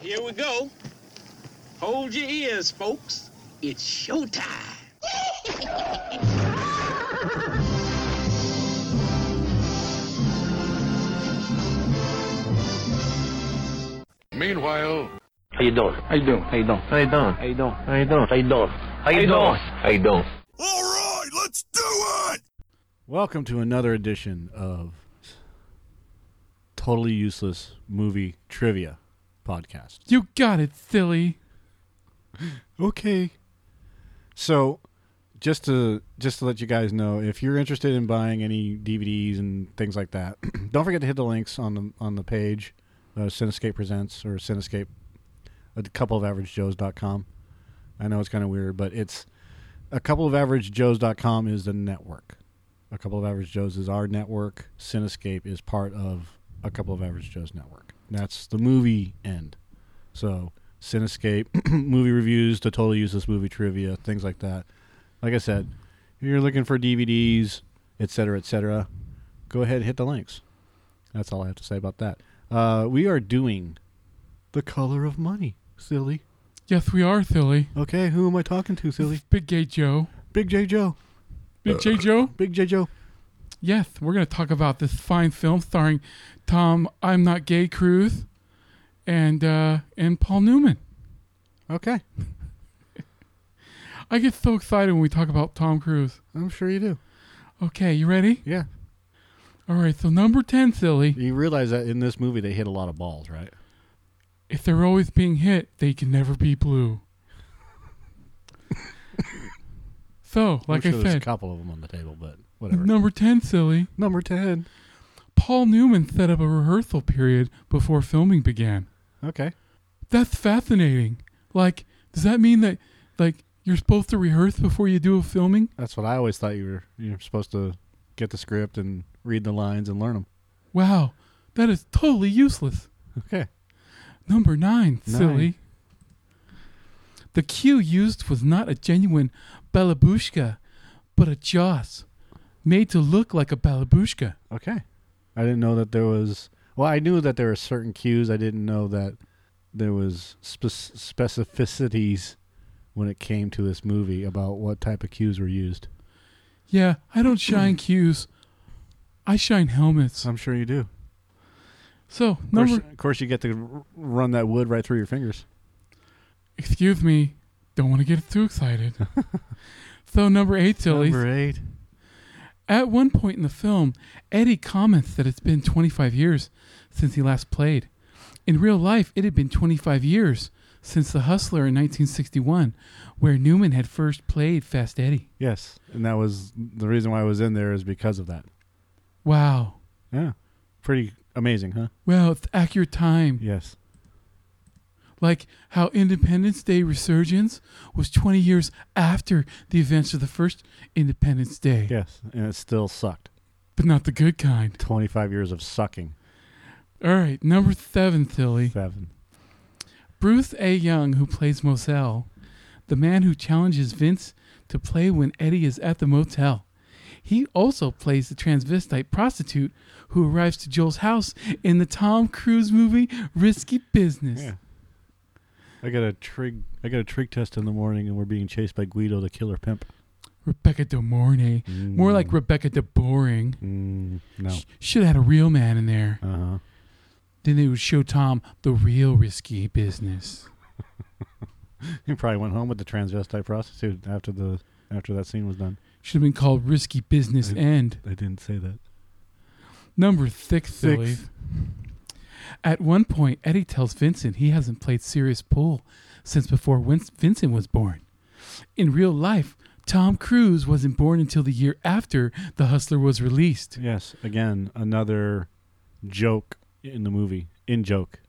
here we go. Hold your ears, folks. It's showtime. Meanwhile, How you doing? How you doing? How you doing? How you doing? How you doing? How you doing? How you doing? How you doing? How you doing? Welcome to another edition of Totally Useless Movie Trivia Podcast. You got it, silly. Okay. So, just to just to let you guys know, if you're interested in buying any DVDs and things like that, don't forget to hit the links on the on the page, uh, Cinescape Presents or Cinescape, a couple of averagejoes.com. I know it's kind of weird, but it's a couple of averagejoes.com is the network. A couple of average joes is our network. Cinescape is part of a couple of average joes network. That's the movie end. So Cinescape, movie reviews, the totally useless movie trivia, things like that. Like I said, if you're looking for DVDs, et cetera, et cetera, go ahead and hit the links. That's all I have to say about that. Uh, we are doing The Color of Money, silly. Yes, we are silly. Okay, who am I talking to, silly? Big Gay Joe. Big J Joe. Big J Joe? Big J Joe. Yes, we're going to talk about this fine film starring Tom I'm Not Gay Cruise and uh, and Paul Newman. Okay, I get so excited when we talk about Tom Cruise. I'm sure you do. Okay, you ready? Yeah. All right, so number 10, silly. You realize that in this movie they hit a lot of balls, right? If they're always being hit, they can never be blue. so, like I'm sure I there's a said, couple of them on the table, but whatever. number 10, silly. Number 10. Paul Newman set up a rehearsal period before filming began. Okay. That's fascinating. Like, does that mean that like you're supposed to rehearse before you do a filming? That's what I always thought you were you're supposed to get the script and read the lines and learn them. Wow, that is totally useless. Okay. Number nine, Nine. silly. The cue used was not a genuine balabushka, but a joss, made to look like a balabushka. Okay. I didn't know that there was well, I knew that there were certain cues. I didn't know that there was spec- specificities when it came to this movie about what type of cues were used. Yeah, I don't shine cues. I shine helmets. I'm sure you do. So Of course, number, of course you get to r- run that wood right through your fingers. excuse me, don't want to get too excited. so number eight, silly. Number 8. At one point in the film, Eddie comments that it's been 25 years since he last played. In real life, it had been 25 years since The Hustler in 1961, where Newman had first played Fast Eddie. Yes, and that was the reason why I was in there is because of that. Wow. Yeah, pretty amazing, huh? Well, it's accurate time. Yes. Like how Independence Day Resurgence was 20 years after the events of the first Independence Day, Yes, and it still sucked. but not the good kind. Twenty-five years of sucking. All right, number seven, Tilly. Seven. Bruce A. Young, who plays Moselle, the man who challenges Vince to play when Eddie is at the motel. He also plays the transvestite prostitute who arrives to Joel's house in the Tom Cruise movie Risky Business. Yeah. I got a trig. I got a trig test in the morning, and we're being chased by Guido, the killer pimp. Rebecca De Mornay, more like Rebecca De Boring. Mm, no. Should have had a real man in there. Uh huh. Then they would show Tom the real risky business. He probably went home with the transvestite prostitute after the after that scene was done. Should have been called Risky Business Mm. End. I didn't say that. Number six, Six. Silly. At one point, Eddie tells Vincent he hasn't played serious pool since before Win- Vincent was born. In real life, Tom Cruise wasn't born until the year after The Hustler was released. Yes. Again, another joke in the movie. In joke.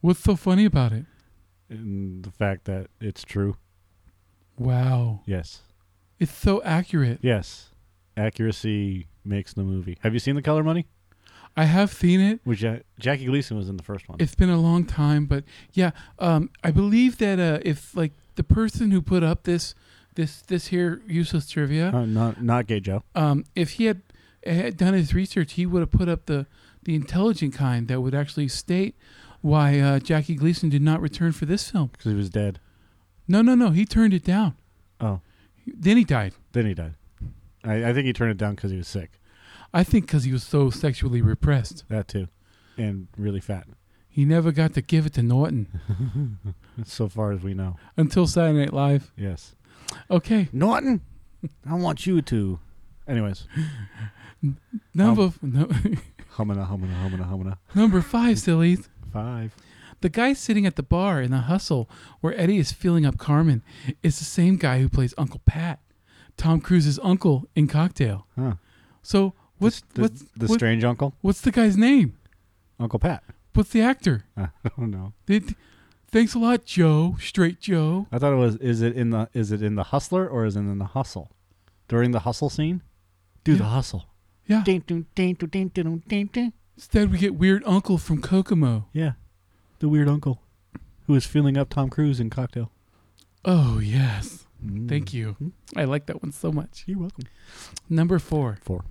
What's so funny about it? In the fact that it's true. Wow. Yes. It's so accurate. Yes. Accuracy makes the movie. Have you seen The Color Money? I have seen it. Which ja- Jackie Gleason was in the first one. It's been a long time, but yeah, um, I believe that uh, if like the person who put up this this this here useless trivia, Uh, not not Gay Joe. um, if he had, had done his research, he would have put up the the intelligent kind that would actually state why uh, Jackie Gleason did not return for this film. because he was dead. No, no, no. He turned it down. Oh, Then he died. then he died. I, I think he turned it down because he was sick. I think because he was so sexually repressed. That too, and really fat. He never got to give it to Norton So far as we know, until Saturday Night Live. yes. Okay. Norton, I want you to. Anyways, Number no, humana humana humana humana number five, silly. five. The guy sitting at the bar in the hustle where Eddie is filling up Carmen is the same guy who plays Uncle Pat, Tom Cruise's uncle in Cocktail. Huh. So what's the, what's the what- strange uncle? what's the guy's name? Uncle Pat. What's the actor? I don't know. Did, thanks a lot, Joe. Straight Joe. I thought it was. Is it in the? Is it in the hustler or is it in the hustle? During the hustle scene, do the Yeah. hustle. Yeah. Ding, ding, ding, ding, ding, ding, ding, ding. Instead, we get weird uncle from Kokomo. Yeah, the weird uncle who was filling up Tom Cruise in Cocktail. Oh yes, Mm. thank you. Mm-hmm. I like that one so much. You're welcome. Number four. Four.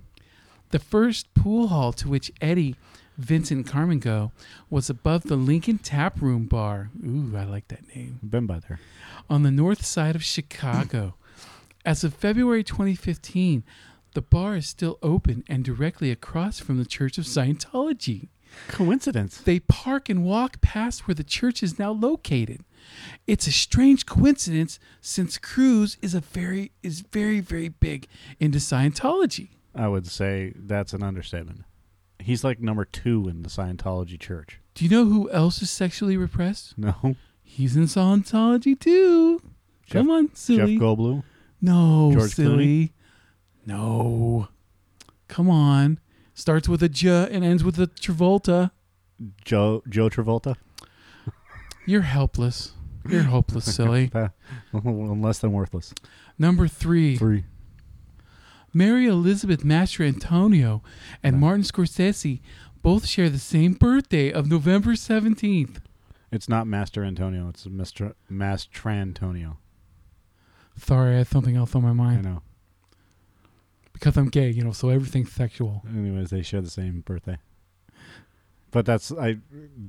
The first pool hall to which Eddie, Vincent, and Carmen go was above the Lincoln Tap Room Bar. Ooh, I like that name. I've been by there. On the north side of Chicago. As of February 2015, the bar is still open and directly across from the Church of Scientology. Coincidence. They park and walk past where the church is now located. It's a strange coincidence since Cruz is a very is very very big into Scientology. I would say that's an understatement. He's like number two in the Scientology church. Do you know who else is sexually repressed? No, He's in Scientology too. Jeff- Come on, silly. Jeff Goldblum. no, George silly. No. Come on. Starts with a J and ends with a Travolta. Joe Joe Travolta. You're helpless. You're hopeless, silly. Less than worthless. Number three. Three. Mary Elizabeth Master Antonio and Martin Scorsese both share the same birthday of November 17th. It's not Master Antonio. It's Mr. Mastrantonio. Sorry, I had something else on my I mind. know. Because I'm gay, you know, so everything's sexual. Anyways, they share the same birthday. But that's I.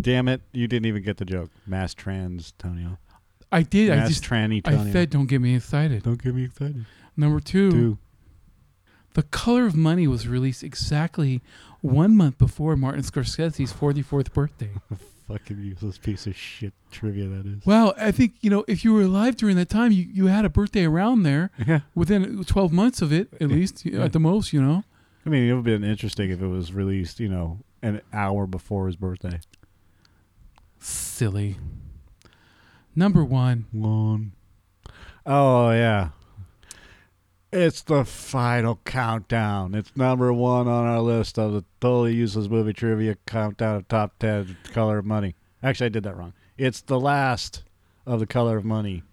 Damn it! You didn't even get the joke. Mastrans Tonio. I did. I just. I Mastrantonio. said, don't get me excited. Don't get me excited. Number two, Two. The Color of Money was released exactly one month before Martin Scorsese's 44th birthday. Fucking useless piece of shit trivia that is. wow, I think, you know, if you were alive during that time, you, you had a birthday around there Yeah. within 12 months of it, at least, Yeah. at the most, you know. I mean, it would have been interesting if it was released, you know, an hour before his birthday. Silly. Number one. One. Oh yeah. It's the final countdown. It's number one on our list of the totally useless movie trivia countdown of top ten color of money. Actually I did that wrong. It's the last of the color of money.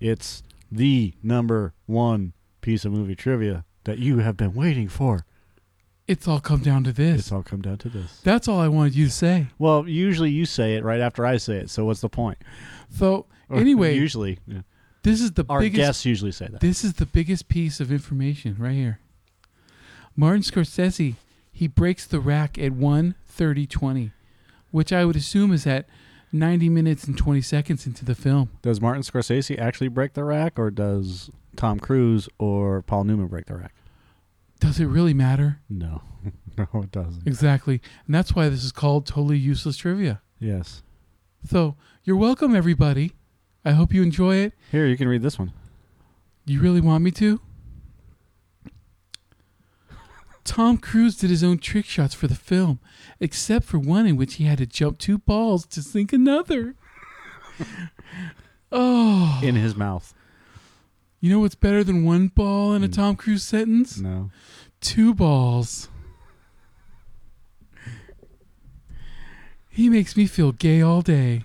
It's the number one piece of movie trivia that you have been waiting for. It's all come down to this. It's all come down to this. That's all I wanted you to say. Well, usually you say it right after I say it, so what's the point? So, Or anyway, usually this is the our biggest guests usually say that. This is the biggest piece of information right here. Martin Scorsese, he breaks the rack at 1:30:20, which I would assume is at 90 minutes and 20 seconds into the film. Does Martin Scorsese actually break the rack, or does Tom Cruise or Paul Newman break the rack? Does it really matter? No, no, it doesn't. Exactly. And that's why this is called totally useless trivia. Yes. So, you're welcome everybody. I hope you enjoy it. Here, you can read this one. You really want me to? Tom Cruise did his own trick shots for the film, except for one in which he had to jump two balls to sink another. oh, In his mouth. you know what's better than one ball in a Tom Cruise sentence? No. Two balls. He makes me feel gay all day.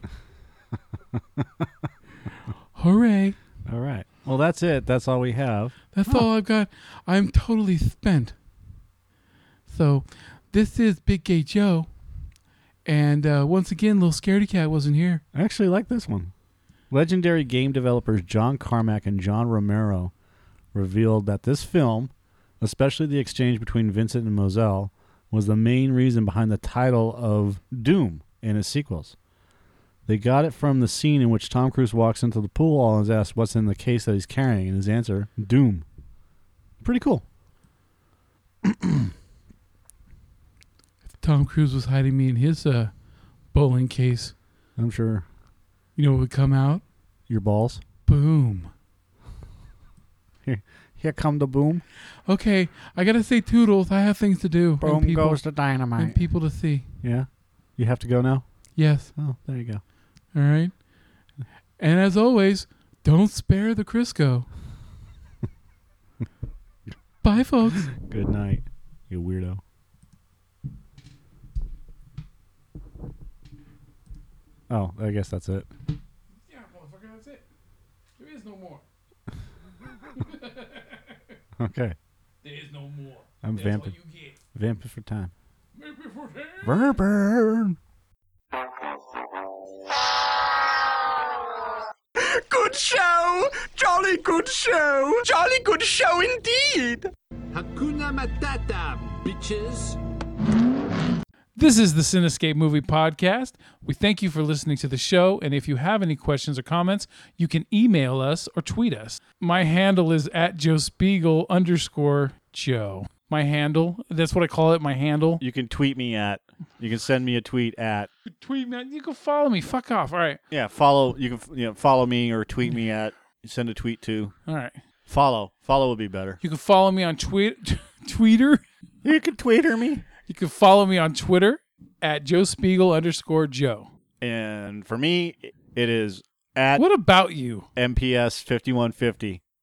Hooray. All right. Well, that's it. That's all we have. That's all I've got. I'm totally spent. So, this is Big Gay Joe. And uh, once again, Little Scaredy Cat wasn't here. I actually like this one. Legendary game developers John Carmack and John Romero revealed that this film, especially the exchange between Vincent and Moselle, was the main reason behind the title of Doom and its sequels. They got it from the scene in which Tom Cruise walks into the pool and is asked what's in the case that he's carrying, and his answer, Doom. Pretty cool. If Tom Cruise was hiding me in his uh, bowling case, I'm sure you know what would come out? your balls. Boom. Here come the boom. Okay, I gotta say toodles. I have things to do. and Boom people, goes the and dynamite. people to see. yeah. You have to go now? Yes. Oh, there you go. All right. And as always, don't spare the Crisco. Bye, folks. Good night, you weirdo. Oh, I guess that's it. Yeah, motherfucker, that's it. There is no more. Okay. There is no more. I'm That's all vamping. you get. Vamping for time. Verburn. Good show! Jolly good show! Jolly good show indeed! Hakuna Matata, bitches. This is the Cinescape Movie Podcast. We thank you for listening to the show. And if you have any questions or comments, you can email us or tweet us. My handle is at Joe Spiegel underscore Joe. My handle. That's what I call it. My handle. You can tweet me at. You can send me a tweet at. Tweet me. You can follow me. Fuck off. All right. Yeah, follow. You can you know, follow me or tweet me at. Send a tweet to. All right. Follow. Follow would be better. You can follow me on tweet, Twitter. You can Twitter me. You can follow me on Twitter at Joe Spiegel underscore Joe. And for me, it is at What about you? MPS fifty one fifty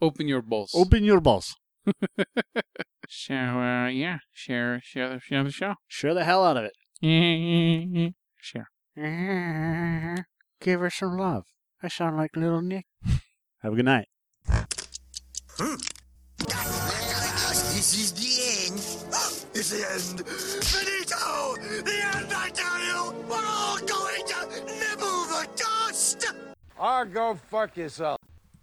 Open your bowls. Open your balls. Shower, yeah. Share, share the, share the show. Share the hell out of it. share. Give her some love. I sound like little Nick. Have a good night. This is the end. It's the end. Finito! The end, I tell you! We're all going to nibble the dust! Or go fuck yourself.